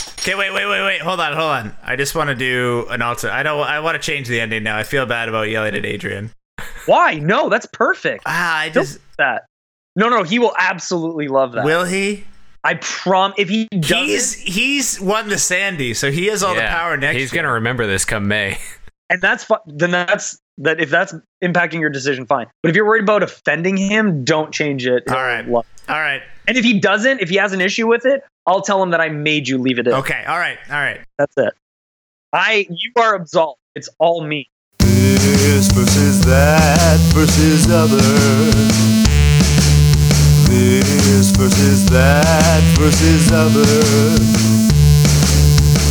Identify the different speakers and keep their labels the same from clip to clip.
Speaker 1: Okay, wait, wait, wait, wait. Hold on, hold on. I just want to do an alternate. I don't. I want to change the ending now. I feel bad about yelling at Adrian.
Speaker 2: Why? No, that's perfect.
Speaker 1: Ah, I just
Speaker 2: That. No, no, he will absolutely love that.
Speaker 1: will he?
Speaker 2: I prom if he
Speaker 1: He's
Speaker 2: does,
Speaker 1: he's won the Sandy, so he has all the
Speaker 3: Yeah.
Speaker 1: power next.
Speaker 3: He's
Speaker 1: year.
Speaker 3: gonna remember this come May.
Speaker 2: and that's fine. Then that's that. If that's impacting your decision, fine. But if you're worried about offending him, don't change it.
Speaker 1: All right.
Speaker 2: He'll love-
Speaker 1: All right.
Speaker 2: And if he doesn't, if he has an issue with it, I'll tell him that I made you leave it in.
Speaker 1: Okay. All right. All right.
Speaker 2: That's it. I you are absolved. It's all me.
Speaker 4: This versus that versus other. This versus that versus other.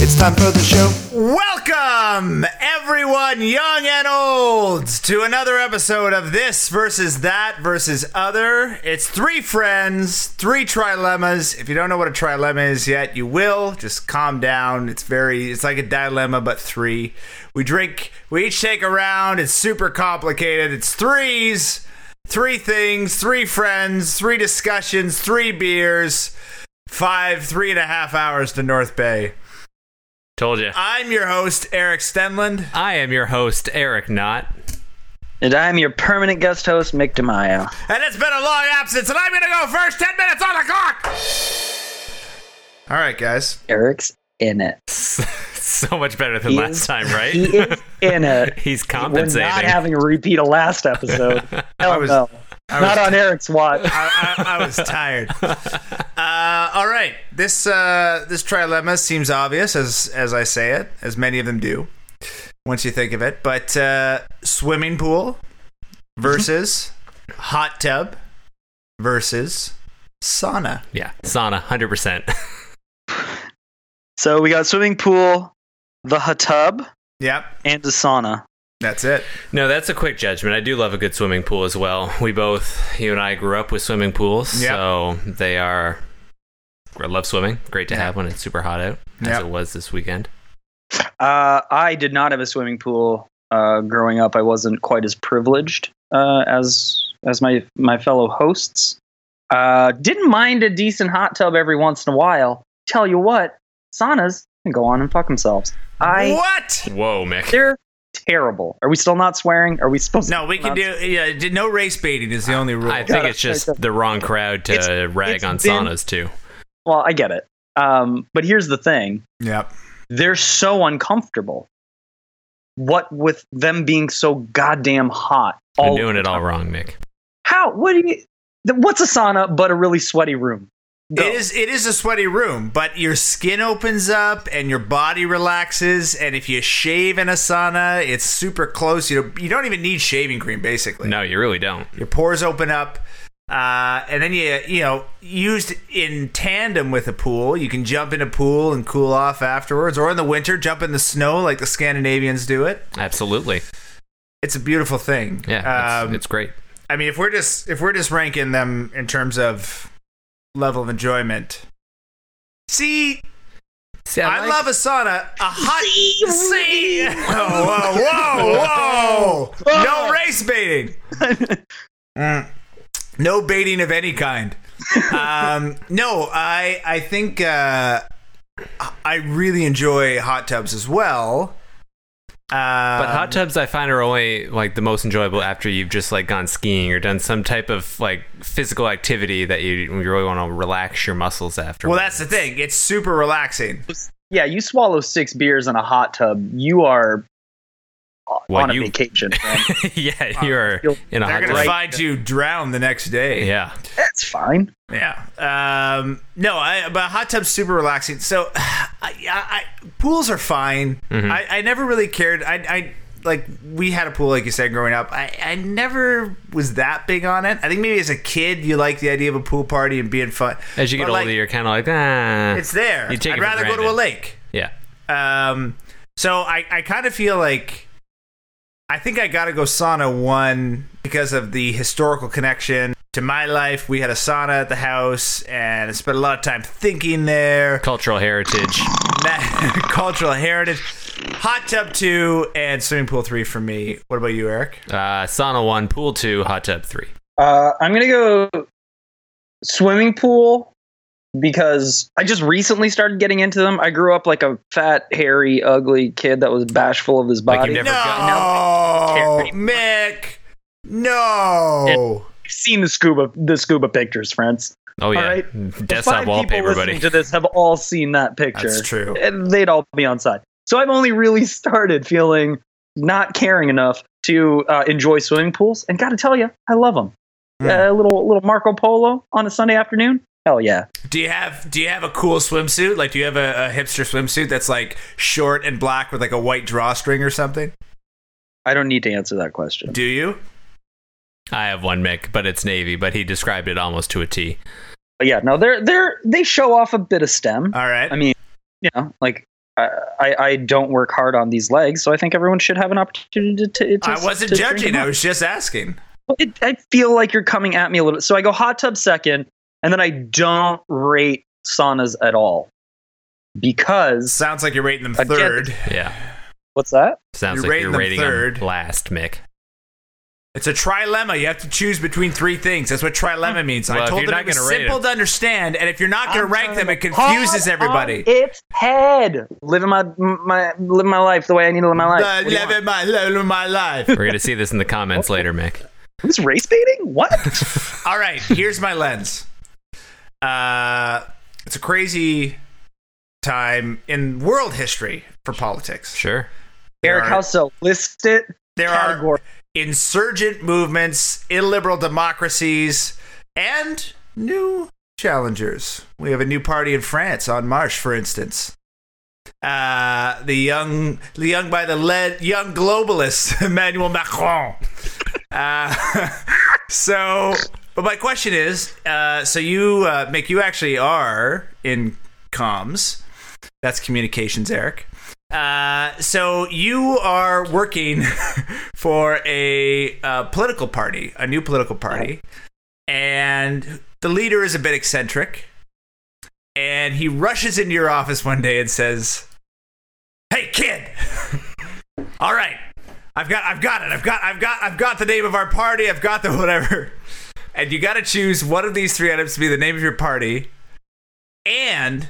Speaker 4: It's time for the show.
Speaker 1: Welcome, everyone, young and old, to another episode of This versus That versus Other. It's three friends, three trilemmas. If you don't know what a trilemma is yet, you will. Just calm down. It's very, it's like a dilemma, but three. We drink, we each take a round. It's super complicated. It's threes, three things, three friends, three discussions, three beers, five, three and a half hours to North Bay.
Speaker 3: Told you.
Speaker 1: I'm your host, Eric Stenland.
Speaker 3: I am your host, Eric Knott.
Speaker 2: And I'm your permanent guest host, Mick DeMaio.
Speaker 1: And it's been a long absence, and I'm going to go first 10 minutes on the clock. All right, guys.
Speaker 2: Eric's in it.
Speaker 3: so much better than
Speaker 2: He
Speaker 3: last
Speaker 2: is-
Speaker 3: time, right?
Speaker 2: He is in it.
Speaker 3: He's
Speaker 2: We're not
Speaker 3: compensating.
Speaker 2: having a repeat of last episode. Hell
Speaker 1: was-
Speaker 2: no.
Speaker 1: I
Speaker 2: Not
Speaker 1: was,
Speaker 2: on Eric's watch.
Speaker 1: I, I- I was tired. Uh, all right. This uh, this trilemma seems obvious as as I say it, as many of them do once you think of it. But uh, swimming pool versus hot tub versus sauna.
Speaker 3: Yeah, sauna, hundred percent.
Speaker 2: So we got swimming pool, the hot tub,
Speaker 1: Yep,
Speaker 2: and the sauna.
Speaker 1: that's it.
Speaker 3: No, that's a quick judgment. I do love a good swimming pool as well. We both, you and I, grew up with swimming pools,
Speaker 1: Yep.
Speaker 3: so they are. I love swimming. Great to have when it's super hot out, as
Speaker 1: Yep.
Speaker 3: it was this weekend.
Speaker 2: Uh, I did not have a swimming pool uh, growing up. I wasn't quite as privileged uh, as as my my fellow hosts. Uh, didn't mind a decent hot tub every once in a while. Tell you what, saunas can go on and fuck themselves. I
Speaker 1: what?
Speaker 3: Whoa, Mick!
Speaker 2: they're terrible. Are we still not swearing? Are we supposed?
Speaker 1: No, we
Speaker 2: to
Speaker 1: can do yeah. d- No race baiting is the only rule.
Speaker 3: I think it's just the wrong crowd to
Speaker 2: It's-
Speaker 3: rag
Speaker 2: it's
Speaker 3: on
Speaker 2: been-
Speaker 3: saunas too.
Speaker 2: Well, I get it. Um, but here's the thing:
Speaker 1: yep.
Speaker 2: they're so uncomfortable. What with them being so goddamn hot?
Speaker 3: Been
Speaker 2: all
Speaker 3: doing
Speaker 2: the
Speaker 3: it all
Speaker 2: time.
Speaker 3: wrong, Mick.
Speaker 2: How? What do you? th- What's a sauna but a really sweaty room? Go.
Speaker 1: It is it is a sweaty room, but your skin opens up and your body relaxes. And if you shave in a sauna, it's super close. You don't, you don't even need shaving cream. Basically,
Speaker 3: No, you really don't.
Speaker 1: your pores open up, uh, and then you you know used in tandem with a pool. You can jump in a pool and cool off afterwards, or in the winter, jump in the snow like the Scandinavians do it.
Speaker 3: Absolutely.
Speaker 1: It's a beautiful thing.
Speaker 3: Yeah,
Speaker 1: Um,
Speaker 3: it's, it's great.
Speaker 1: I mean, if we're just if we're just ranking them in terms of level of enjoyment, see,
Speaker 3: See,
Speaker 1: I,
Speaker 3: like-
Speaker 1: love a sauna, a hot see. Whoa, whoa, whoa! no race baiting. Mm. No baiting of any kind. Um, no, I I think uh, I really enjoy hot tubs as well. Uh,
Speaker 3: But hot tubs, I find, are only like the most enjoyable after you've just like gone skiing or done some type of like physical activity that you, you really want to relax your muscles after.
Speaker 1: well, that's the thing. It's super relaxing.
Speaker 2: Yeah, you swallow six beers in a hot tub. You are o-
Speaker 3: Well,
Speaker 2: on a
Speaker 3: you-
Speaker 2: vacation. man.
Speaker 3: yeah, you're
Speaker 2: You'll-
Speaker 3: in a
Speaker 1: Uh, They're
Speaker 3: hot
Speaker 1: gonna
Speaker 3: tub.
Speaker 1: find you drowned the next day.
Speaker 3: Yeah,
Speaker 2: That's fine.
Speaker 1: yeah. Um, no, I, but hot tub's super relaxing. So, I, I, I pools are fine.
Speaker 3: Mm-hmm.
Speaker 1: I, I never really cared. I, I like we had a pool, like you said, growing up. I, I never was that big on it. I think maybe as a kid, you like the idea of a pool party and being fun.
Speaker 3: as you get
Speaker 1: But,
Speaker 3: older,
Speaker 1: like,
Speaker 3: you're kind of like ah.
Speaker 1: it's there.
Speaker 3: you take it
Speaker 1: I'd
Speaker 3: for
Speaker 1: rather go to a
Speaker 3: granted.
Speaker 1: lake.
Speaker 3: yeah,
Speaker 1: Um, so I, I kind of feel like I think I gotta go sauna one because of the historical connection to my life. We had a sauna at the house, and I spent a lot of time thinking there.
Speaker 3: cultural heritage.
Speaker 1: Cultural heritage, hot tub two, and swimming pool three for me. What about you, Eric?
Speaker 3: Uh, sauna one, pool two, hot tub three.
Speaker 2: Uh, I'm gonna go swimming pool, because I just recently started getting into them. I grew up like a fat, hairy, ugly kid that was bashful of his
Speaker 3: Like
Speaker 2: body.
Speaker 3: you never-
Speaker 5: No,
Speaker 2: gotten
Speaker 5: Mick. No.
Speaker 2: I've seen the scuba the scuba pictures, friends.
Speaker 3: Oh yeah,
Speaker 2: right. The five
Speaker 3: desktop
Speaker 2: people
Speaker 3: wallpaper,
Speaker 2: listening
Speaker 3: buddy.
Speaker 2: To this, have all seen that picture.
Speaker 5: That's true.
Speaker 2: and they'd all be on side. So I've only really started feeling not caring enough to uh, enjoy swimming pools, and got to tell you, I love them.
Speaker 3: Hmm.
Speaker 5: Mm.
Speaker 2: A little little Marco Polo on a Sunday afternoon, hell yeah!
Speaker 1: Do you have Do you have a cool swimsuit? Like, do you have a, a hipster swimsuit that's like short and black with like a white drawstring or something?
Speaker 2: I don't need to answer that question.
Speaker 1: Do you?
Speaker 3: I have one Mick, but it's navy. But he described it almost to a T.
Speaker 2: But yeah, no, they're they're they show off a bit of stem.
Speaker 1: All right.
Speaker 2: I mean, you know, like I, I I don't work hard on these legs, so I think everyone should have an opportunity to. to, to
Speaker 1: I wasn't
Speaker 2: to drink
Speaker 1: judging.
Speaker 2: them
Speaker 1: I
Speaker 2: up.
Speaker 1: was just asking.
Speaker 2: It, I feel like you're coming at me a little bit. So I go hot tub second, and then I don't rate saunas at all because
Speaker 1: Sounds like you're rating them
Speaker 2: Again,
Speaker 1: third.
Speaker 3: Yeah,
Speaker 2: what's that?
Speaker 1: You're
Speaker 3: sounds like
Speaker 1: rating
Speaker 3: you're
Speaker 1: them
Speaker 3: rating him
Speaker 1: third.
Speaker 3: last, Mick.
Speaker 1: It's a trilemma. You have to choose between three things. That's what trilemma means.
Speaker 3: Well,
Speaker 1: I
Speaker 3: if
Speaker 1: told
Speaker 3: you're
Speaker 1: them
Speaker 3: not
Speaker 1: it was
Speaker 3: gonna rate
Speaker 1: simple
Speaker 3: them-
Speaker 1: to understand, and if you're not going to
Speaker 2: I'm
Speaker 1: rank
Speaker 2: trying
Speaker 1: them,
Speaker 2: to
Speaker 1: it confuses
Speaker 2: pop
Speaker 1: everybody.
Speaker 2: on Its head living my my living my life the way I need to live my life. What do you want?
Speaker 1: living my, living my life.
Speaker 3: We're gonna see this in the comments later, Mick.
Speaker 2: Who's race baiting? What?
Speaker 1: All right, here's my lens. Uh, it's a crazy time in world history for politics.
Speaker 3: Sure.
Speaker 2: Eric,
Speaker 1: are-
Speaker 2: how so? List it.
Speaker 1: There
Speaker 2: category.
Speaker 1: are insurgent movements, illiberal democracies, and new challengers. We have a new party in France on Marsh, for instance. Uh, the young, the young by the lead, young globalist Emmanuel Macron. Uh, so, but my question is, uh, so you, uh, Mick, you actually are in comms. That's communications, Eric. Uh, so you are working for a, uh political party, a new political party, and the leader is a bit eccentric. And he rushes into your office one day and says, "Hey, kid! All right, I've got, I've got it. I've got, I've got, I've got the name of our party. I've got the whatever. And you got to choose one of these three items to be the name of your party, and."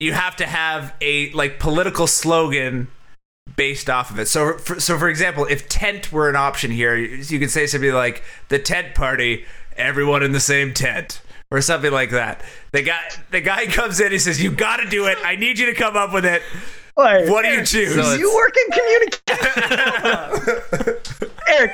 Speaker 1: you have to have a like political slogan based off of it. So, for, so for example, if tent were an option here, you you could say something like the tent party, everyone in the same tent, or something like that. The guy, the guy comes in, he says, "You got to do it. I need you to come up with it.
Speaker 2: Like,
Speaker 1: What do you
Speaker 2: Eric,
Speaker 1: choose?"
Speaker 3: So
Speaker 2: You work in communication, Eric.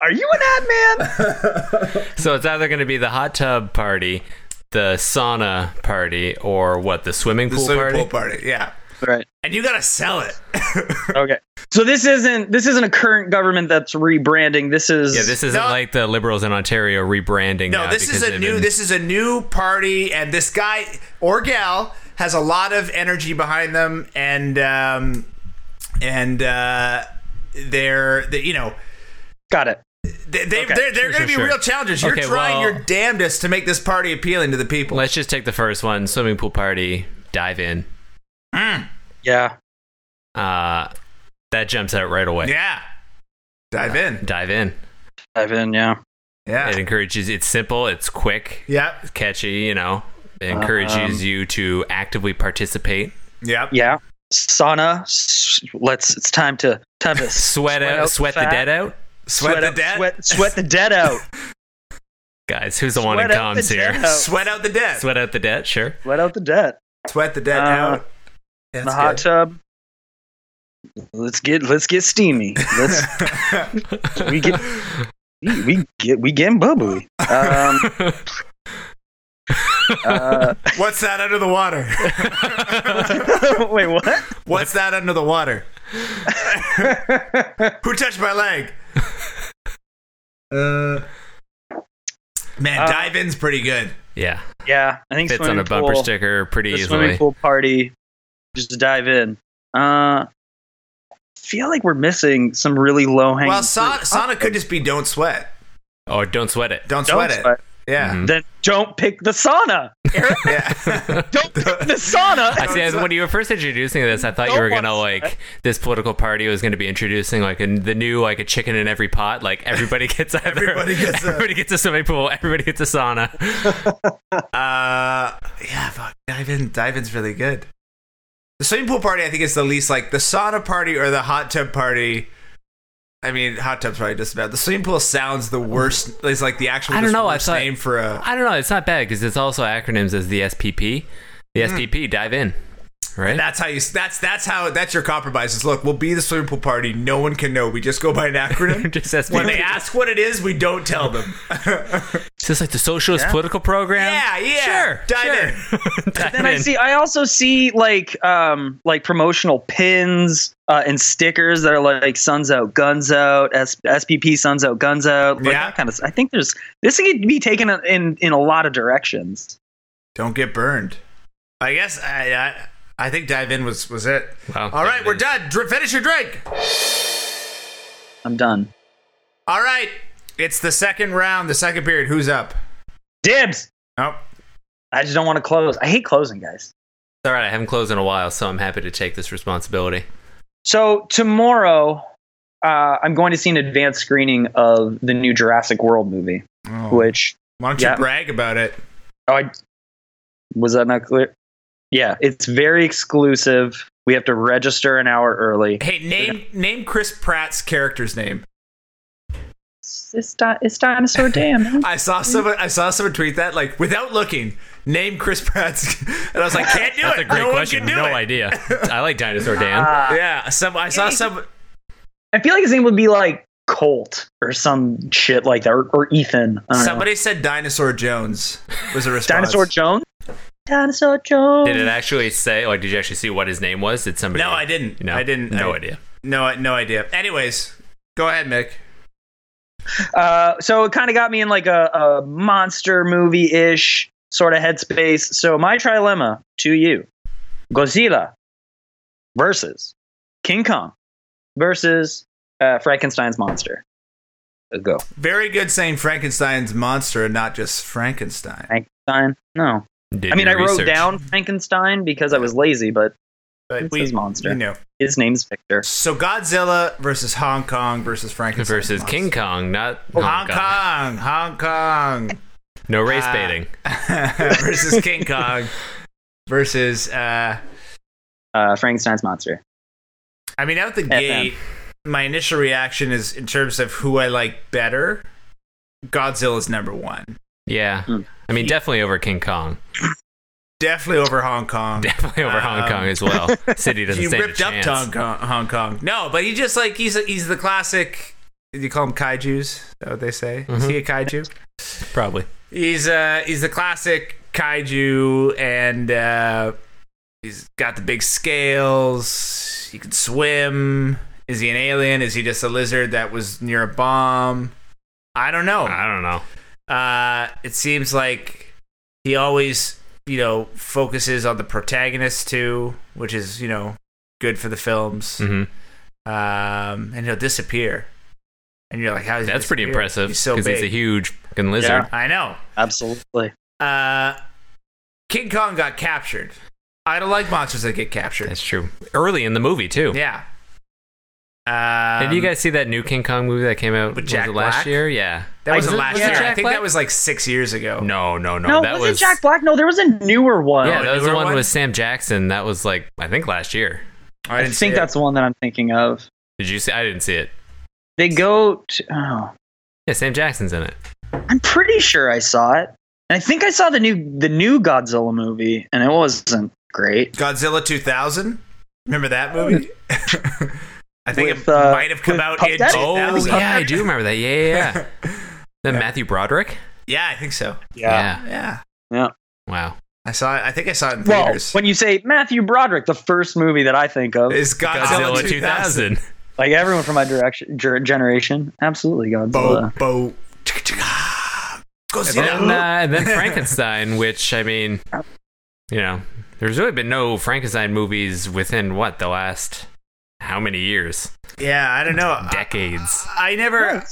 Speaker 2: Are you an ad man?
Speaker 3: So it's either gonna be the hot tub party, the sauna party, or what? The swimming
Speaker 1: the
Speaker 3: pool
Speaker 1: swimming
Speaker 3: party.
Speaker 1: pool party, yeah.
Speaker 2: Right.
Speaker 1: And you got to sell it.
Speaker 2: Okay. So this isn't this isn't a current government that's rebranding. This is
Speaker 3: Yeah, this isn't
Speaker 1: No.
Speaker 3: like the liberals in Ontario rebranding.
Speaker 1: No,
Speaker 3: now
Speaker 1: this is
Speaker 3: because
Speaker 1: a
Speaker 3: they've
Speaker 1: new
Speaker 3: been-
Speaker 1: this is a new party, and this guy or gal has a lot of energy behind them, and um, and uh, they're they, you know
Speaker 2: got it.
Speaker 1: they, they
Speaker 2: Okay,
Speaker 1: they're, they're
Speaker 3: sure,
Speaker 1: going to be
Speaker 3: sure, sure.
Speaker 1: real challengers. You're
Speaker 3: Okay,
Speaker 1: trying
Speaker 3: well-
Speaker 1: your damnedest to make this party appealing to the people.
Speaker 3: Let's just take the first one: swimming pool party. Dive in.
Speaker 1: Mm,
Speaker 2: Yeah.
Speaker 3: Uh, that jumps out right away.
Speaker 1: yeah, dive in.
Speaker 3: Dive in.
Speaker 2: Dive in. Yeah.
Speaker 1: Yeah,
Speaker 3: It encourages. It's simple. It's quick.
Speaker 1: yeah,
Speaker 3: Catchy. You know. It encourages
Speaker 2: Um,
Speaker 3: you to actively participate.
Speaker 1: yeah.
Speaker 2: Yeah. Sauna. s- Let's. It's time to time to
Speaker 3: Sweat, out. sweat the
Speaker 2: fat,
Speaker 3: dead out.
Speaker 1: Sweat, the
Speaker 2: out-
Speaker 1: debt.
Speaker 2: Sweat, sweat the dead out.
Speaker 3: Guys, who's the one in
Speaker 2: Sweat out the
Speaker 3: comms here?
Speaker 2: debt out.
Speaker 1: Sweat out the debt. Sweat,
Speaker 3: Sweat out the debt. Sure.
Speaker 2: Sweat out the debt.
Speaker 1: the debt
Speaker 2: Uh,
Speaker 1: out.
Speaker 2: In
Speaker 1: That's
Speaker 2: the hot tub. Let's get let's get steamy. Let's
Speaker 1: good.
Speaker 2: we get we, we get we getting bubbly. Um, uh,
Speaker 1: What's that under the water?
Speaker 2: wait, what?
Speaker 1: What's that under the water? Who touched my leg? uh, man,
Speaker 2: Uh,
Speaker 1: dive in's pretty good.
Speaker 3: yeah.
Speaker 2: yeah, I think
Speaker 3: Fits on
Speaker 2: swimming
Speaker 3: a bumper
Speaker 2: pool-
Speaker 3: sticker pretty
Speaker 2: the swimming
Speaker 3: easily.
Speaker 2: pool party. Just to dive in. Uh, feel like we're missing some really low hanging.
Speaker 1: Well, sa- sauna could just be don't sweat.
Speaker 3: Or Oh, don't sweat it.
Speaker 1: Don't,
Speaker 2: Don't
Speaker 1: sweat,
Speaker 2: sweat. Mm-hmm.
Speaker 1: it. Yeah.
Speaker 3: Mhm.
Speaker 2: Then don't pick the sauna.
Speaker 1: Yeah.
Speaker 2: Don't pick the sauna.
Speaker 3: I see. as- When you were first introducing this, I thought you
Speaker 2: Don't
Speaker 3: were gonna
Speaker 2: want-
Speaker 3: like this political party was gonna be introducing like a, the new like a chicken in every pot. Like everybody gets either,
Speaker 1: Everybody gets a-
Speaker 3: everybody gets a swimming pool, everybody gets a sauna.
Speaker 1: Uh, yeah, fuck. Dive in. Dive in's really good. The swimming pool party, I think, is the least like the sauna party or the hot tub party. I mean, hot tub's probably just about. The swimming pool sounds the worst. It's like the actual
Speaker 3: I don't
Speaker 1: just
Speaker 3: know, I
Speaker 1: worst
Speaker 3: thought-
Speaker 1: name for a.
Speaker 3: I don't know. It's not bad because it's also acronyms as the SPP. The SPP, dive in, right?
Speaker 1: That's how you. That's that's how. That's your compromise. Is look, we'll be the swimming pool party. No one can know. We just go by an acronym.
Speaker 3: Just SPP.
Speaker 1: when they ask what it is, we don't tell them.
Speaker 3: It's just like the socialist political program.
Speaker 1: yeah, yeah.
Speaker 3: Sure.
Speaker 1: Dive
Speaker 3: sure. dive
Speaker 2: Then I
Speaker 3: in.
Speaker 2: see. I also see like um like promotional pins uh, and stickers that are like "Suns Out, Guns Out," S- SPP "Suns Out, Guns Out." Like
Speaker 1: Yeah.
Speaker 2: that kind of. I think there's this could be taken in in a lot of directions.
Speaker 1: Don't get burned. I guess I. I I think dive in was was it.
Speaker 3: Wow,
Speaker 1: All right,
Speaker 3: dive
Speaker 1: we're
Speaker 3: in.
Speaker 1: done. Dr- finish your drink.
Speaker 2: I'm done.
Speaker 1: All right, it's the second round, the second period. Who's up?
Speaker 2: Dibs.
Speaker 1: Oh,
Speaker 2: I just don't want to close. I hate closing, guys.
Speaker 3: All right, I haven't closed in a while, so I'm happy to take this responsibility.
Speaker 2: So tomorrow, uh, I'm going to see an advanced screening of the new Jurassic World movie,
Speaker 1: Oh.
Speaker 2: which
Speaker 1: why don't you
Speaker 2: Yeah.
Speaker 1: brag about it?
Speaker 2: oh, I was that not clear? Yeah, it's very exclusive. We have to register an hour early.
Speaker 1: Hey, name name Chris Pratt's character's name.
Speaker 2: It's, it's, di- it's dinosaur Dan.
Speaker 1: I saw someone I saw someone tweet that like without looking. Name Chris Pratt's, and I was like, can't do
Speaker 3: That's
Speaker 1: it.
Speaker 3: a great
Speaker 1: no
Speaker 3: question.
Speaker 1: One can do
Speaker 3: No
Speaker 1: it.
Speaker 3: idea. I like Dinosaur Dan.
Speaker 2: Ah,
Speaker 1: Yeah, some I saw some.
Speaker 2: I feel like his name would be like Colt or some shit like that, or, or Ethan. I don't know.
Speaker 1: Somebody said Dinosaur Jones was a response.
Speaker 2: Dinosaur Jones. Dinosaur Jones.
Speaker 3: Did it actually say? Like, did you actually see what his name was? Did somebody?
Speaker 1: No, I didn't.
Speaker 3: No,
Speaker 1: I didn't.
Speaker 3: No
Speaker 1: I-
Speaker 3: idea.
Speaker 1: No, no idea. Anyways, go ahead, Mick.
Speaker 2: Uh, so it kind of got me in like a, a monster movie ish sort of headspace. So my trilemma to you: Godzilla versus King Kong versus uh, Frankenstein's monster. Let's go.
Speaker 1: Very good saying Frankenstein's monster and not just Frankenstein.
Speaker 2: Frankenstein? No,
Speaker 3: Did
Speaker 2: I mean
Speaker 3: your
Speaker 2: I wrote
Speaker 3: research.
Speaker 2: down Frankenstein because I was lazy, but
Speaker 1: But
Speaker 2: It's
Speaker 1: we,
Speaker 2: his monster.
Speaker 1: You know.
Speaker 2: his name's Victor.
Speaker 1: So Godzilla versus Hong Kong versus Frankenstein
Speaker 3: versus
Speaker 1: monster.
Speaker 3: King Kong, not
Speaker 1: Oh, Hong Kong, Hong Kong
Speaker 3: No race
Speaker 1: Ah.
Speaker 3: baiting.
Speaker 1: versus King Kong versus. Uh,
Speaker 2: Uh, Frankenstein's monster.
Speaker 1: I mean, out the
Speaker 2: FM.
Speaker 1: gate, my initial reaction is in terms of who I like better. Godzilla's number one,
Speaker 3: Yeah.
Speaker 2: Mm.
Speaker 3: I mean, definitely over King Kong.
Speaker 1: definitely over Hong Kong.
Speaker 3: Definitely over Hong
Speaker 1: Um,
Speaker 3: Kong as well. City doesn't
Speaker 1: He
Speaker 3: stand
Speaker 1: ripped
Speaker 3: a
Speaker 1: up
Speaker 3: chance.
Speaker 1: Hong Kong, Hong Kong. No, but he just like he's he's the classic. You call him kaiju's? Is that what they say? Is he a
Speaker 3: Mm-hmm.
Speaker 1: kaiju?
Speaker 3: Probably.
Speaker 1: He's uh he's the classic kaiju, and uh, he's got the big scales. He can swim. Is he an alien? Is he just a lizard that was near a bomb? I don't know.
Speaker 3: I don't know.
Speaker 1: Uh, it seems like he always, you know, focuses on the protagonist too, which is you know good for the films.
Speaker 3: hmm
Speaker 1: Um, and he'll disappear, and you're like, how?
Speaker 3: That's pretty impressive
Speaker 1: He's
Speaker 3: because
Speaker 1: so
Speaker 3: he's,
Speaker 1: big.
Speaker 3: a huge fucking lizard.
Speaker 1: I know.
Speaker 2: Absolutely.
Speaker 1: Uh, King Kong got captured. I don't like monsters that get captured.
Speaker 3: That's true. Early in the movie too.
Speaker 1: yeah. Um,
Speaker 3: Did you guys see that new King Kong movie that came out
Speaker 1: With
Speaker 3: was
Speaker 1: Jack
Speaker 3: it last
Speaker 1: Black?
Speaker 3: year? Yeah.
Speaker 1: That wasn't
Speaker 3: Was it-
Speaker 1: last
Speaker 3: was it
Speaker 1: year. I
Speaker 3: Jack
Speaker 1: think
Speaker 3: Black?
Speaker 1: that was like six years ago.
Speaker 3: No, no, no.
Speaker 2: No,
Speaker 3: that
Speaker 2: wasn't
Speaker 3: was
Speaker 2: Jack Black. No, there was a newer one.
Speaker 3: Yeah,
Speaker 1: Oh,
Speaker 3: that was the
Speaker 1: newer
Speaker 3: one
Speaker 1: one?
Speaker 3: with Sam Jackson. That was like I think last year.
Speaker 1: I
Speaker 2: I
Speaker 1: didn't
Speaker 2: think
Speaker 1: see it.
Speaker 2: that's the one that I'm thinking of.
Speaker 3: Did you see? I didn't see it.
Speaker 2: They go to. Oh,
Speaker 3: Yeah, Sam Jackson's in it.
Speaker 2: I'm pretty sure I saw it. And I think I saw the new the new Godzilla movie, and it wasn't great.
Speaker 1: Godzilla 2000. Remember that movie? I think it
Speaker 2: With, uh,
Speaker 1: might have come
Speaker 2: with
Speaker 1: out
Speaker 2: Puff
Speaker 1: in
Speaker 2: Daddy?
Speaker 3: Oh
Speaker 1: 2000.
Speaker 3: yeah, I do remember that. Yeah, yeah. yeah. The Matthew Broderick.
Speaker 1: Yeah, I think so.
Speaker 3: Yeah.
Speaker 1: Yeah,
Speaker 3: Wow.
Speaker 1: I saw. It. I think I saw it in
Speaker 2: Well,
Speaker 1: theaters.
Speaker 2: when you say Matthew Broderick, the first movie that I think of,
Speaker 1: Is Godzilla, 2000?
Speaker 2: like everyone from my direction ger- generation, absolutely Godzilla.
Speaker 1: Bo bo.
Speaker 3: And then,
Speaker 1: Godzilla.
Speaker 3: uh, and then Frankenstein, which I mean, you know, there's really been no Frankenstein movies within what the last how many years?
Speaker 1: Yeah, I don't know. I-
Speaker 3: Decades.
Speaker 1: I never.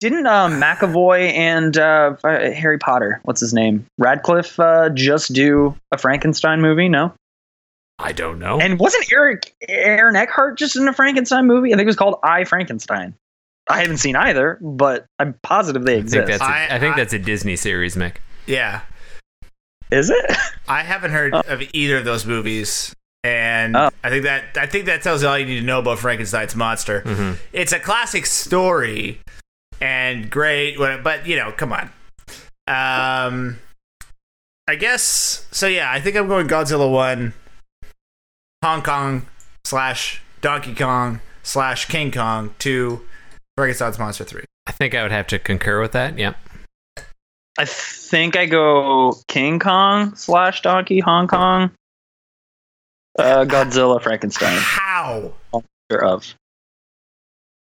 Speaker 2: Didn't uh, McAvoy and uh, uh, Harry Potter, what's his name, Radcliffe, uh, just do a Frankenstein movie? No.
Speaker 3: I don't know.
Speaker 2: And wasn't Eric Aaron Eckhart just in a Frankenstein movie? I think it was called I Frankenstein. I haven't seen either, but I'm positive they
Speaker 3: I think
Speaker 2: exist.
Speaker 3: that's a,
Speaker 1: I-
Speaker 3: I think
Speaker 1: I-
Speaker 3: that's a Disney series, Mick.
Speaker 1: Yeah.
Speaker 2: Is it?
Speaker 1: I haven't heard
Speaker 2: Oh.
Speaker 1: of either of those movies. And
Speaker 2: Oh.
Speaker 1: I think that I think that tells you all you need to know about Frankenstein's monster.
Speaker 3: Mm-hmm.
Speaker 1: It's a classic story and great, what- but you know, come on. Um I guess so yeah, I think I'm going Godzilla 1 Hong Kong slash Donkey Kong slash King Kong 2 Frankenstein's monster 3.
Speaker 3: I think I would have to concur with that. Yep.
Speaker 2: I think I go King Kong slash Donkey Hong Kong, uh, Godzilla Frankenstein
Speaker 1: How?
Speaker 2: or of.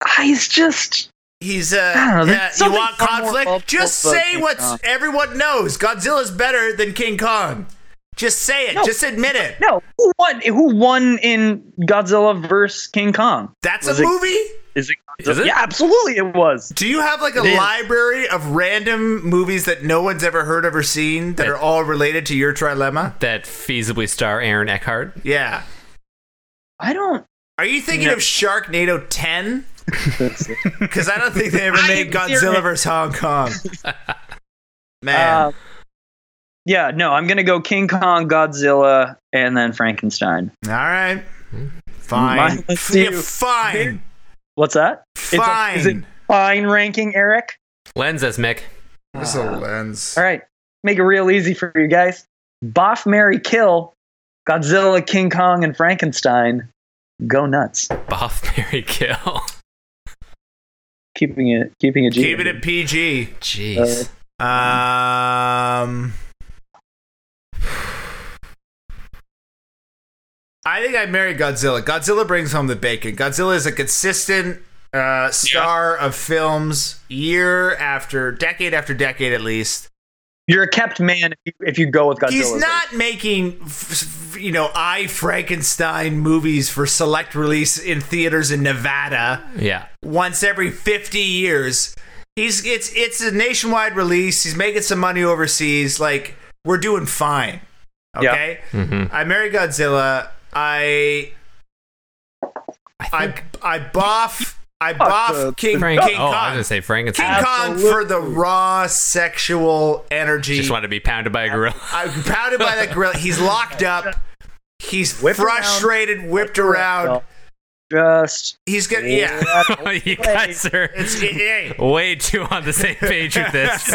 Speaker 2: Ah, He's just
Speaker 1: He's
Speaker 2: I don't
Speaker 1: uh,
Speaker 2: know,
Speaker 1: yeah,
Speaker 2: there's
Speaker 1: you
Speaker 2: something
Speaker 1: want
Speaker 2: far more
Speaker 1: conflict?
Speaker 2: up-
Speaker 1: Just
Speaker 2: up-
Speaker 1: say
Speaker 2: up-
Speaker 1: what
Speaker 2: uh,
Speaker 1: everyone knows. Godzilla's better than King Kong. Just say it.
Speaker 2: No.
Speaker 1: Just admit it.
Speaker 2: no. Who won? Who won in Godzilla versus King Kong?
Speaker 1: That's
Speaker 2: Was
Speaker 1: a
Speaker 2: it-
Speaker 1: movie.
Speaker 2: Is it?
Speaker 3: Is it?
Speaker 2: Yeah, absolutely, it was.
Speaker 1: Do you have like a
Speaker 2: It is.
Speaker 1: library of random movies that no one's ever heard of or seen that
Speaker 3: It-
Speaker 1: are all related to your trilemma?
Speaker 3: That feasibly star Aaron Eckhart.
Speaker 1: Yeah.
Speaker 2: I don't.
Speaker 1: Are you thinking
Speaker 2: No.
Speaker 1: of Sharknado 10?
Speaker 2: That's it.
Speaker 1: Because I don't think they ever
Speaker 2: I
Speaker 1: made
Speaker 2: am serious.
Speaker 1: Godzilla vs. Hong Kong. Man.
Speaker 2: Uh, yeah, no, I'm gonna go King Kong, Godzilla, and then Frankenstein.
Speaker 1: all right. Fine.
Speaker 2: Mine was
Speaker 1: Yeah,
Speaker 2: you.
Speaker 1: fine.
Speaker 2: What's that? It's a-
Speaker 1: Fine.
Speaker 2: is it- Fine ranking, Eric.
Speaker 3: Lens us, Mick.
Speaker 1: This is a lens.
Speaker 2: All right, make it real easy for you guys. Boff, Mary, kill, Godzilla, King Kong, and Frankenstein. Go nuts.
Speaker 3: Boff, Mary, kill.
Speaker 2: Keeping it, keeping it. G.
Speaker 1: Keep it at PG.
Speaker 3: Jeez.
Speaker 1: Um, I think I married Godzilla. Godzilla brings home the bacon. Godzilla is a consistent uh, star of films year after decade after decade at least.
Speaker 2: You're a kept man if you, if you go with Godzilla.
Speaker 1: He's not making, f- f- you know, I Frankenstein movies for select release in theaters in Nevada
Speaker 3: yeah.
Speaker 1: once every 50 years. He's it's it's a nationwide release. He's making some money overseas. Like we're doing fine.
Speaker 2: Yeah.
Speaker 1: Okay?
Speaker 3: Mm-hmm.
Speaker 1: I marry Godzilla. I
Speaker 3: I
Speaker 1: I
Speaker 3: think
Speaker 1: I boff I
Speaker 2: the-
Speaker 1: boff King,
Speaker 3: Frank.
Speaker 1: King
Speaker 3: oh, I was
Speaker 1: Kong.
Speaker 3: gonna say
Speaker 1: King
Speaker 3: Frankenstein.
Speaker 1: Kong for the raw sexual energy.
Speaker 3: Just wanted to be pounded by a gorilla.
Speaker 1: I'm pounded by that gorilla. He's locked up. He's
Speaker 2: Whipped around.
Speaker 1: frustrated, whipped around.
Speaker 2: Just
Speaker 1: He's gonna yeah.
Speaker 3: you guys are
Speaker 1: It's it, hey.
Speaker 3: way too on the same page with this.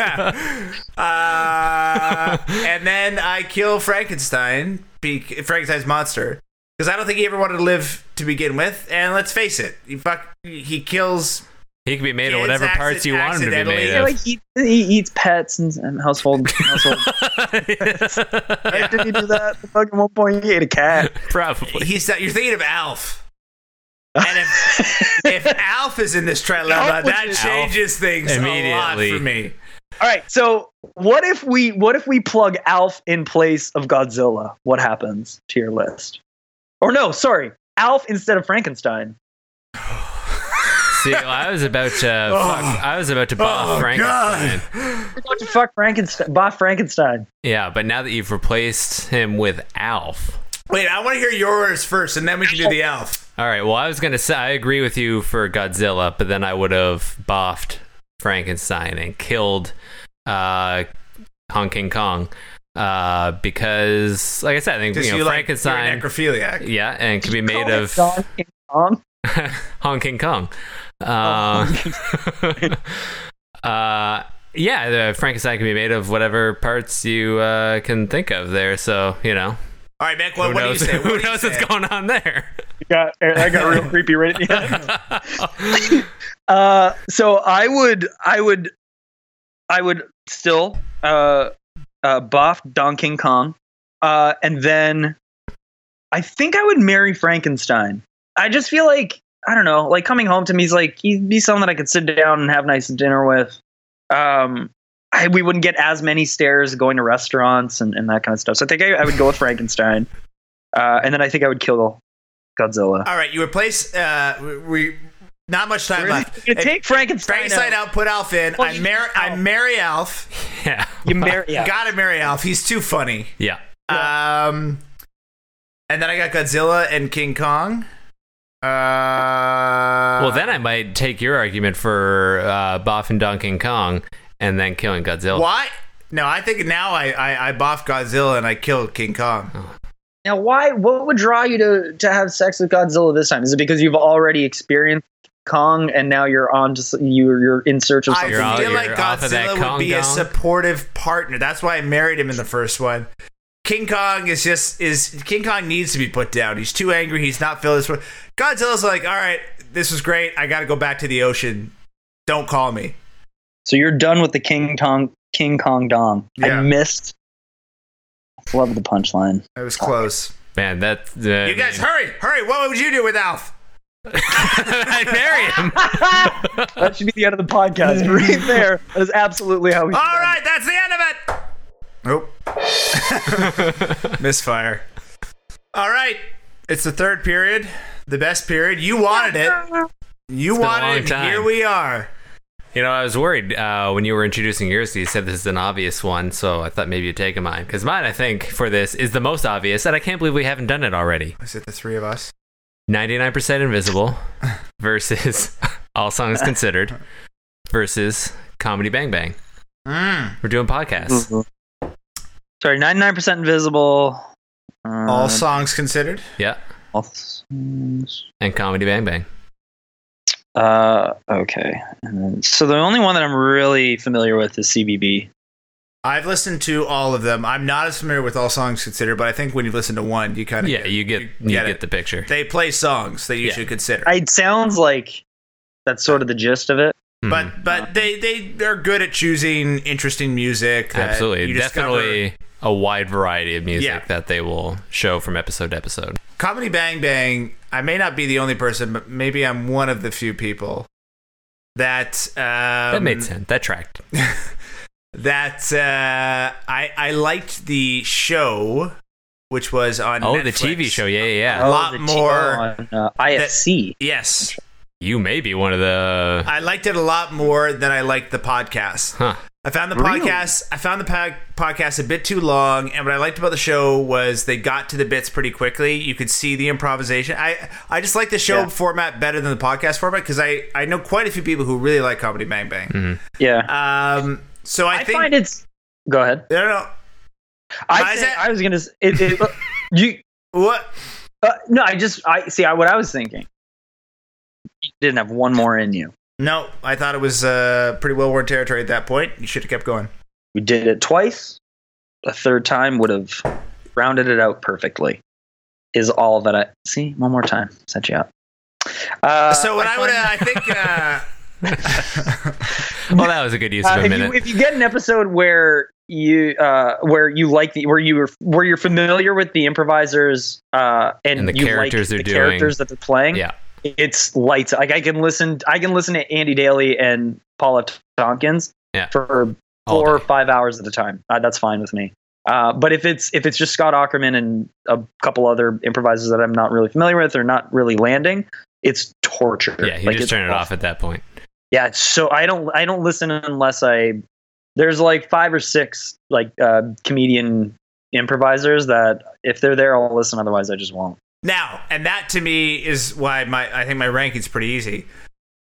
Speaker 1: uh, and then I kill Frankenstein, be- Frankenstein's monster, because I don't think he ever wanted to live to begin with. And let's face it, he fuck, he kills.
Speaker 3: he can be made of
Speaker 1: Kids
Speaker 3: whatever
Speaker 1: acci-
Speaker 3: parts you want him to be made
Speaker 2: Yeah,
Speaker 3: of.
Speaker 2: like he, he eats pets and, and household. household. Did he do that? Fucking one point, he ate a cat.
Speaker 3: Probably.
Speaker 1: He's that. You're thinking of Alf. And if, if Alf is in this trilemma,
Speaker 2: Alf was
Speaker 1: that
Speaker 2: in-
Speaker 1: changes things a lot
Speaker 3: Immediately.
Speaker 1: for me.
Speaker 2: All right, so what if we what if we plug Alf in place of Godzilla? What happens to your list? Or no, sorry, Alf instead of Frankenstein.
Speaker 3: See, well, I was about to. fuck, I was about to buff
Speaker 1: Oh,
Speaker 3: Frankenstein.
Speaker 2: We're about to fuck Frankenstein, Bob Frankenstein.
Speaker 3: Yeah, but now that you've replaced him with Alf,
Speaker 1: Wait, I want to hear yours first, and then we can do the Alf.
Speaker 3: All right. Well, I was gonna say I agree with you for Godzilla, but then I would have boffed Frankenstein and killed uh, Hong King Kong uh, because, like I said, I think
Speaker 1: Just
Speaker 3: you know
Speaker 1: you like you're a
Speaker 3: Frankenstein.
Speaker 1: necrophiliac.
Speaker 3: yeah, and can be made
Speaker 2: Oh,
Speaker 3: of
Speaker 2: Donkey Kong.
Speaker 3: Hong King Kong. Uh, uh, yeah, the Frankenstein can be made of whatever parts you uh, can think of there. So you know,
Speaker 1: All right, Mick, what,
Speaker 3: who
Speaker 1: what do you
Speaker 3: knows?
Speaker 1: say?
Speaker 3: who
Speaker 1: What do you
Speaker 3: knows
Speaker 1: say?
Speaker 3: what's going on there?
Speaker 2: You got, I got real creepy right at the end. Uh, so I would, I would, I would still uh, uh, buff Donkey Kong, uh, and then I think I would marry Frankenstein. I just feel like I don't know, like coming home to me is like he'd be someone that I could sit down and have nice dinner with. Um, I, we wouldn't get as many stares going to restaurants and, and that kind of stuff. So I think I, I would go with Frankenstein, uh, and then I think I would kill Godzilla.
Speaker 1: All right, you replace. Uh, we Not much time
Speaker 2: We're
Speaker 1: left.
Speaker 2: gonna
Speaker 1: If
Speaker 2: take Frankenstein.
Speaker 1: Frankenstein out, put Alf in.
Speaker 2: Well,
Speaker 1: I
Speaker 2: you-
Speaker 1: marry, I
Speaker 2: Alf.
Speaker 1: marry Alf.
Speaker 3: Yeah.
Speaker 2: You marry. Yeah.
Speaker 1: Gotta marry Alf. He's too funny.
Speaker 3: yeah.
Speaker 1: Um, and then I got Godzilla and King Kong. Uh,
Speaker 3: Well, then I might take your argument for uh, Boff and Donkey Kong and then killing Godzilla.
Speaker 1: why? No, I think now I, I I boff Godzilla and I kill King Kong.
Speaker 2: Now, why? What would draw you to to have sex with Godzilla this time? Is it because you've already experienced Kong and now you're on to s- you're you're in search of something?
Speaker 3: You're
Speaker 1: I
Speaker 3: all-
Speaker 1: feel like
Speaker 3: you're off of that
Speaker 1: Godzilla would
Speaker 3: Kong
Speaker 1: be a
Speaker 3: Kong.
Speaker 1: supportive partner. That's why I married him in the first one. King Kong is just is King Kong needs to be put down. He's too angry. He's not feeling this. Godzilla's like, all right, this was great. I got to go back to the ocean. Don't call me.
Speaker 2: so you're done with the King Kong King Kong Dong.
Speaker 1: Yeah.
Speaker 2: I missed. Love the punchline.
Speaker 1: It was close.
Speaker 3: Man, that. Uh,
Speaker 1: You guys, hurry, hurry! What would you do with Alf?
Speaker 3: I'd marry him.
Speaker 2: That should be the end of the podcast right there. That is absolutely how we.
Speaker 1: All right, that's the end of it. Nope. Misfire. All right, it's the third period, the best period. You wanted it. You
Speaker 3: been a
Speaker 1: wanted
Speaker 3: long
Speaker 1: it. and
Speaker 3: time.
Speaker 1: Here we are.
Speaker 3: You know, I was worried uh, when you were introducing yours. You said this is an obvious one, so I thought maybe you'd take mine. Because mine, I think, for this is the most obvious, and I can't believe we haven't done it already.
Speaker 1: Is it the three of us?
Speaker 3: 99% Invisible versus All Songs Considered versus Comedy Bang Bang.
Speaker 1: Mm.
Speaker 3: We're doing podcasts.
Speaker 2: Mm-hmm. Sorry, ninety nine percent invisible. Uh,
Speaker 1: All songs considered.
Speaker 3: Yeah.
Speaker 2: all songs.
Speaker 3: And Comedy Bang Bang.
Speaker 2: Uh, okay. And then, so the only one that I'm really familiar with is CBB.
Speaker 1: I've listened to all of them. I'm not as familiar with all songs considered, but I think when you listen to one, you kind of
Speaker 3: Yeah, you get you,
Speaker 1: get
Speaker 3: get,
Speaker 1: it.
Speaker 3: the picture.
Speaker 1: They play songs that you
Speaker 3: Yeah.
Speaker 1: should consider.
Speaker 2: It sounds like that's sort of the gist of it.
Speaker 3: Mhm.
Speaker 1: but but they they they're good at choosing interesting music. that
Speaker 3: absolutely,
Speaker 1: you discover.
Speaker 3: definitely a wide variety of music
Speaker 1: Yeah.
Speaker 3: that they will show from episode to episode.
Speaker 1: Comedy Bang Bang, I may not be the only person, but maybe I'm one of the few people that um,
Speaker 3: That made sense. That tracked.
Speaker 1: that uh, I I liked the show, which was on
Speaker 3: Oh, the
Speaker 1: Netflix.
Speaker 3: TV show. Yeah, yeah.
Speaker 1: A
Speaker 3: yeah.
Speaker 1: lot
Speaker 2: Oh, the
Speaker 1: more
Speaker 2: on uh, IFC.
Speaker 1: Yes,
Speaker 3: You may be one of the.
Speaker 1: I liked it a lot more than I liked the podcast.
Speaker 3: Huh.
Speaker 1: I found the
Speaker 2: Really?
Speaker 1: podcast. I found the pod- podcast a bit too long, and what I liked about the show was they got to the bits pretty quickly. You could see the improvisation. I I just like the show
Speaker 2: Yeah.
Speaker 1: format better than the podcast format because I I know quite a few people who really like Comedy Bang Bang.
Speaker 2: yeah,
Speaker 1: Um, so I,
Speaker 2: I,
Speaker 1: think
Speaker 2: find it's. Go ahead.
Speaker 1: I don't know Why
Speaker 2: I,
Speaker 1: is
Speaker 2: think-
Speaker 1: it-
Speaker 2: I was gonna. s- It, it, you
Speaker 1: what
Speaker 2: uh, no. I just. I see. I, what I was thinking. You didn't have one more in you.
Speaker 1: No, I thought it was uh, pretty well worn territory at that point. You should have kept going.
Speaker 2: We did it twice. A third time would have rounded it out perfectly. Is all that I see. One more time, set you up. Uh,
Speaker 1: so what I, would,
Speaker 2: find-
Speaker 1: I think, uh,
Speaker 3: Well, that was a good use
Speaker 2: Uh,
Speaker 3: of a
Speaker 2: if you
Speaker 3: minute.
Speaker 2: if you get an episode where you uh where you like the where you were where you're familiar with the improvisers uh and,
Speaker 3: And the
Speaker 2: you like
Speaker 3: characters they're
Speaker 2: the
Speaker 3: doing.
Speaker 2: characters that they're playing
Speaker 3: yeah.
Speaker 2: it's lights like i can listen i can listen to andy daly and paula tompkins
Speaker 3: Yeah.
Speaker 2: for
Speaker 3: All
Speaker 2: four or
Speaker 3: day.
Speaker 2: five hours at a time uh, that's fine with me uh, but if it's if it's just Scott Ackerman and a couple other improvisers that I'm not really familiar with or not really landing, it's torture.
Speaker 3: Yeah, you
Speaker 2: Like,
Speaker 3: just
Speaker 2: it's
Speaker 3: turn it
Speaker 2: awful.
Speaker 3: off at that point.
Speaker 2: Yeah, it's so I don't I don't listen unless I there's like five or six like uh, comedian improvisers that if they're there I'll listen otherwise I just won't.
Speaker 1: now, and that to me is why my I think my ranking's pretty easy.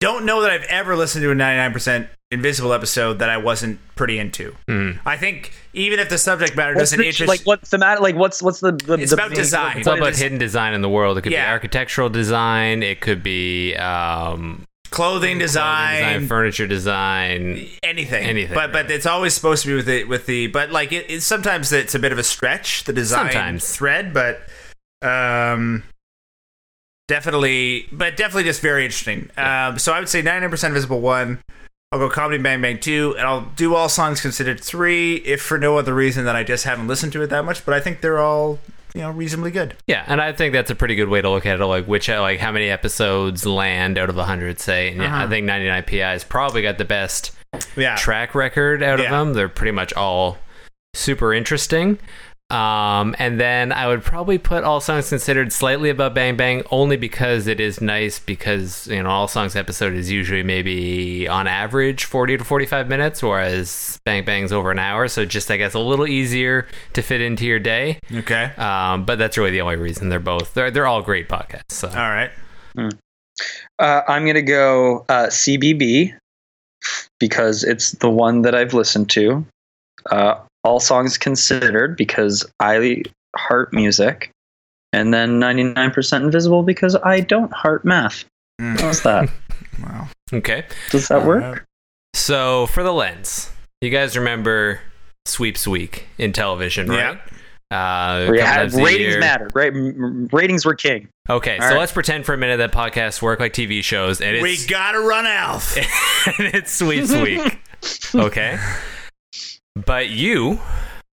Speaker 1: Don't know that I've ever listened to a 99% Invisible episode that I wasn't pretty into.
Speaker 3: Mm.
Speaker 1: I think even if the subject matter
Speaker 2: What's
Speaker 1: doesn't
Speaker 2: the-
Speaker 1: interest,
Speaker 2: like what's the matter? Like what's what's the, the
Speaker 1: It's
Speaker 2: the-
Speaker 1: about
Speaker 2: the-
Speaker 1: design.
Speaker 3: It's
Speaker 2: what
Speaker 3: all about
Speaker 2: is-
Speaker 3: hidden design in the world. It could
Speaker 1: Yeah.
Speaker 3: be architectural design. It could be um,
Speaker 1: clothing design,
Speaker 3: design, furniture design.
Speaker 1: anything,
Speaker 3: Anything,
Speaker 1: But but
Speaker 3: really.
Speaker 1: it's always supposed to be with the with the. But like it, it's sometimes it's a bit of a stretch the design
Speaker 3: Sometimes.
Speaker 1: thread, but um, definitely, but definitely just very interesting. Um, so I would say ninety nine percent visible one. I'll go comedy bang bang two, and I'll do all songs considered three, if for no other reason that I just haven't listened to it that much. But I think they're all you know reasonably good.
Speaker 3: Yeah, and I think that's a pretty good way to look at it. Like which, like how many episodes land out of hundred, say. And
Speaker 1: Uh-huh.
Speaker 3: yeah, I think 99 PI's probably got the best
Speaker 1: Yeah,
Speaker 3: track record out
Speaker 1: Yeah.
Speaker 3: of them. They're pretty much all super interesting. Um, and then I would probably put All Songs Considered slightly above Bang Bang only because it is nice because, you know, All Songs episode is usually maybe on average 40 to 45 minutes, whereas Bang Bang's over an hour. So just, I guess, a little easier to fit into your day.
Speaker 1: Okay.
Speaker 3: Um, but that's really the only reason they're both, they're, they're all great podcasts. So.
Speaker 1: All right.
Speaker 2: Uh, I'm going to go uh, CBB because it's the one that I've listened to. Uh, all songs considered because I heart music. And then 99% invisible because I don't heart math.
Speaker 1: Mm.
Speaker 2: How's that?
Speaker 1: Wow.
Speaker 3: Okay.
Speaker 2: Does
Speaker 4: Uh,
Speaker 2: that work?
Speaker 3: So for the lens, you guys remember sweeps week in television, right? Uh, a couple
Speaker 2: Yeah,
Speaker 3: times a
Speaker 2: ratings
Speaker 3: year.
Speaker 2: matter. Right? M- Ratings were king.
Speaker 3: Okay,
Speaker 2: All
Speaker 3: so
Speaker 2: right.
Speaker 3: let's pretend for a minute that podcasts work like TV shows, and
Speaker 1: We
Speaker 3: it's
Speaker 1: gotta run Alf.
Speaker 3: and it's sweeps week. Okay, but you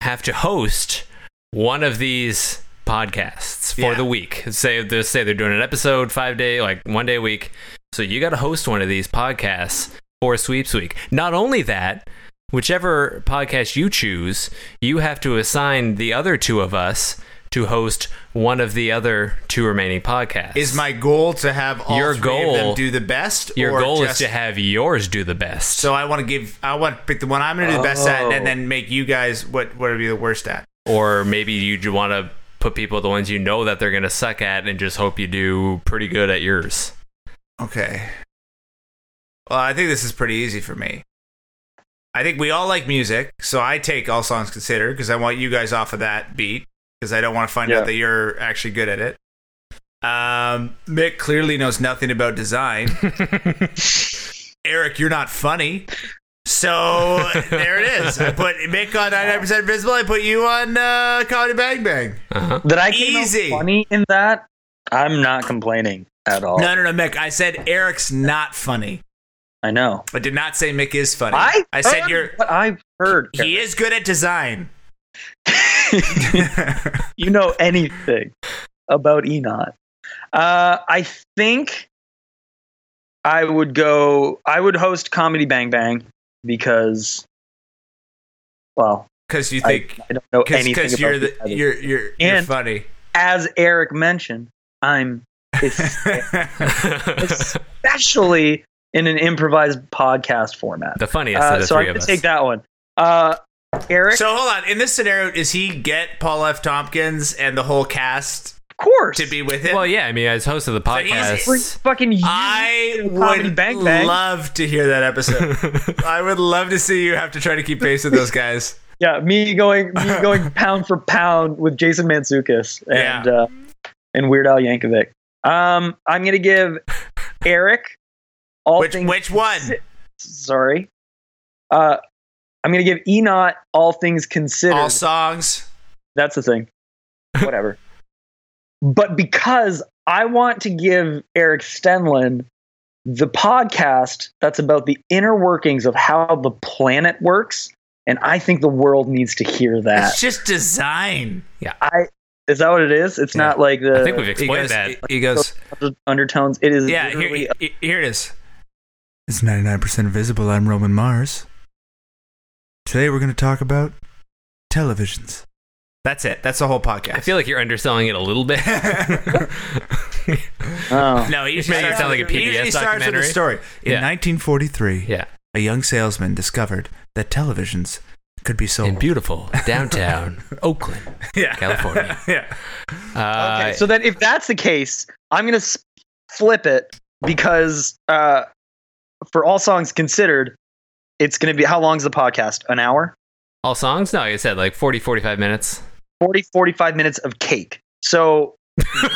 Speaker 3: have to host one of these podcasts for
Speaker 1: Yeah.
Speaker 3: the week. Say they say they're doing an episode five day, like one day a week. So you got to host one of these podcasts for sweeps week. Not only that, whichever podcast you choose, you have to assign the other two of us to host one of the other two remaining podcasts.
Speaker 1: Is my goal to have all
Speaker 3: Your
Speaker 1: three
Speaker 3: goal-
Speaker 1: of them do the best?
Speaker 3: your
Speaker 1: or
Speaker 3: goal
Speaker 1: just-
Speaker 3: is to have yours do the best.
Speaker 1: So I want to give. I want to pick the one I'm gonna do the best at,
Speaker 2: Oh.
Speaker 1: and then make you guys what whatever you're the worst at.
Speaker 3: or maybe you want to put people the ones you know that they're going to suck at and just hope you do pretty good at yours.
Speaker 1: Okay. Well, I think this is pretty easy for me. I think we all like music, so I take all songs considered because I want you guys off of that beat because I don't want to find
Speaker 2: Yeah.
Speaker 1: out that you're actually good at it. Um, Mick clearly knows nothing about design. Eric, you're not funny. So there it is. I put Mick on 99% Visible. I put you on uh, Comedy Bang Bang.
Speaker 3: Uh-huh.
Speaker 2: That I came out
Speaker 1: Easy.
Speaker 2: funny in that. I'm not complaining at all.
Speaker 1: No, no, no, Mick. I said Eric's not funny.
Speaker 2: I know.
Speaker 1: I did not say Mick is funny.
Speaker 2: I
Speaker 1: I said
Speaker 2: heard
Speaker 1: you're.
Speaker 2: What I heard.
Speaker 1: He is good at design.
Speaker 2: you know anything about Enot. Uh, I think I would go. I would host Comedy Bang Bang because, well,
Speaker 1: Because you
Speaker 2: I-
Speaker 1: think
Speaker 2: I don't know anything
Speaker 1: because
Speaker 2: about
Speaker 1: you're the,
Speaker 2: the other.
Speaker 1: you're you're, you're
Speaker 2: And-
Speaker 1: funny.
Speaker 2: As Eric mentioned, I'm especially in an improvised podcast format.
Speaker 3: the funniest
Speaker 2: Uh,
Speaker 3: of the
Speaker 2: so I'm
Speaker 3: three
Speaker 2: gonna
Speaker 3: of us.
Speaker 2: take that one. Uh, Eric,
Speaker 1: so hold on. In this scenario, does he get Paul F. Tompkins and the whole cast
Speaker 2: of course,
Speaker 1: to be with him?
Speaker 3: well, yeah, I mean, as host of the
Speaker 1: he's-
Speaker 2: Bring
Speaker 3: podcast,
Speaker 2: fucking you
Speaker 1: I
Speaker 2: to Comedy
Speaker 1: would
Speaker 2: Bang Bang.
Speaker 1: love to hear that episode. I would love to see you have to try to keep pace with those guys.
Speaker 2: Yeah, me going me going pound for pound with Jason Mantzoukas and
Speaker 1: Yeah.
Speaker 2: uh, and Weird Al Yankovic. Um, I'm gonna give Eric all
Speaker 1: Which
Speaker 2: things.
Speaker 1: which one?
Speaker 2: consi- Sorry, uh, I'm gonna give Enot all things considered.
Speaker 1: All songs.
Speaker 2: That's the thing. Whatever. but because I want to give Eric Stenlin the podcast that's about the inner workings of how the planet works, and I think the world needs to hear that.
Speaker 1: It's just design.
Speaker 2: I is that what it is? It's
Speaker 1: Yeah.
Speaker 2: not like
Speaker 3: I think
Speaker 2: the
Speaker 3: we've explained that.
Speaker 1: He goes.
Speaker 2: under- undertones. It is
Speaker 1: Yeah.
Speaker 2: literally
Speaker 1: Here, he- here it is. It's ninety nine percent visible. I'm Roman Mars. Today we're going to talk about televisions. That's it. That's the whole podcast.
Speaker 3: I feel like you're underselling it a little bit.
Speaker 2: oh,
Speaker 1: No, he
Speaker 3: It made it sound like a
Speaker 1: he usually
Speaker 3: PBS
Speaker 1: starts with a
Speaker 3: documentary.
Speaker 1: story. In
Speaker 3: Yeah.
Speaker 1: 1943,
Speaker 3: yeah,
Speaker 1: a young salesman discovered that televisions could be sold.
Speaker 3: in beautiful downtown Oakland,
Speaker 1: yeah.
Speaker 3: California.
Speaker 1: yeah.
Speaker 3: Uh,
Speaker 2: okay. So then, if that's the case, I'm gonna s- flip it because uh, for all songs considered, it's gonna be how long's the podcast? An hour,
Speaker 3: all songs? No, like I said like 40, 45 minutes.
Speaker 2: 40, 45 minutes of cake. So
Speaker 3: what?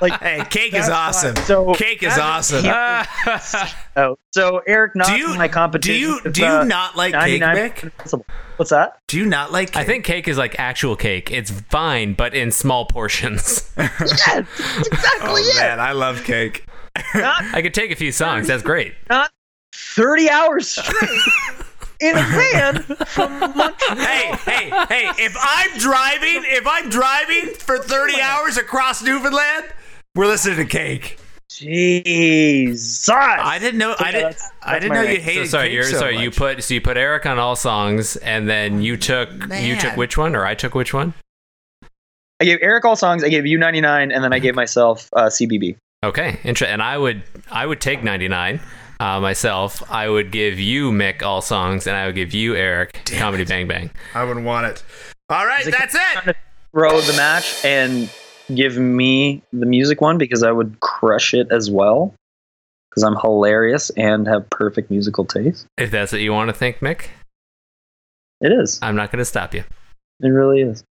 Speaker 2: like.
Speaker 1: Hey, cake
Speaker 2: that's
Speaker 1: is
Speaker 2: why-
Speaker 1: awesome.
Speaker 2: So
Speaker 1: Cake is
Speaker 2: that-
Speaker 1: awesome. Ah.
Speaker 2: Oh, so Eric, not
Speaker 1: Do you-
Speaker 2: my
Speaker 1: do
Speaker 2: competition.
Speaker 1: you
Speaker 2: is,
Speaker 1: do you
Speaker 2: uh,
Speaker 1: not like cake,
Speaker 2: 99%
Speaker 1: Mick?
Speaker 2: possible. What's that?
Speaker 1: Do you not like cake?
Speaker 3: I think cake is like actual cake. It's fine, but in small portions.
Speaker 2: Yes, that's exactly
Speaker 1: Oh
Speaker 2: it.
Speaker 1: man, I love cake.
Speaker 2: Not
Speaker 3: I could take a few songs. That's great.
Speaker 2: 30 hours straight in a van from Montreal.
Speaker 1: Hey, hey, hey, if I'm driving, if I'm driving for 30 hours across Newfoundland, we're listening to cake.
Speaker 2: Jesus.
Speaker 1: I didn't know. I
Speaker 2: Yeah,
Speaker 1: didn't.
Speaker 2: that's-
Speaker 1: I
Speaker 2: that's
Speaker 1: didn't
Speaker 2: my
Speaker 1: know you
Speaker 2: rank.
Speaker 1: hated.
Speaker 3: so sorry,
Speaker 1: King
Speaker 3: you're
Speaker 1: so
Speaker 3: sorry. You
Speaker 1: much.
Speaker 3: put so you put Eric on all songs, and then you took you took
Speaker 1: Man.
Speaker 3: which one, or I took which one?
Speaker 2: I gave Eric all songs. I gave you 99, and then I gave myself uh, CBB.
Speaker 3: Okay, intre- and I would I would take 99 uh, myself. I would give you Mick all songs, and I wout give you Eric comedy bang bang.
Speaker 1: I wouldn't want it. All right,
Speaker 2: it-
Speaker 1: that's it.
Speaker 2: Throw the match and give me the music one because I would crush it as well. Because I'm hilarious and have perfect musical taste.
Speaker 3: If that's what you want to think, Mick,
Speaker 2: It is.
Speaker 3: I'm not going to stop you.
Speaker 2: It really is.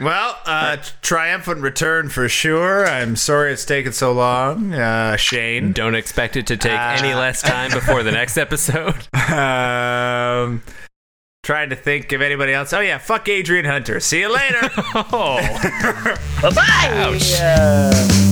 Speaker 1: Well, uh, triumphant return for sure. I'm sorry it's taken so long, uh, Shane.
Speaker 3: Don't expect it to take
Speaker 1: Uh,
Speaker 3: any less time before the next episode.
Speaker 1: Um, trying to think of anybody else. Oh yeah, Oh. fuck Adrian Hunter. See you later.
Speaker 3: oh.
Speaker 2: Bye bye!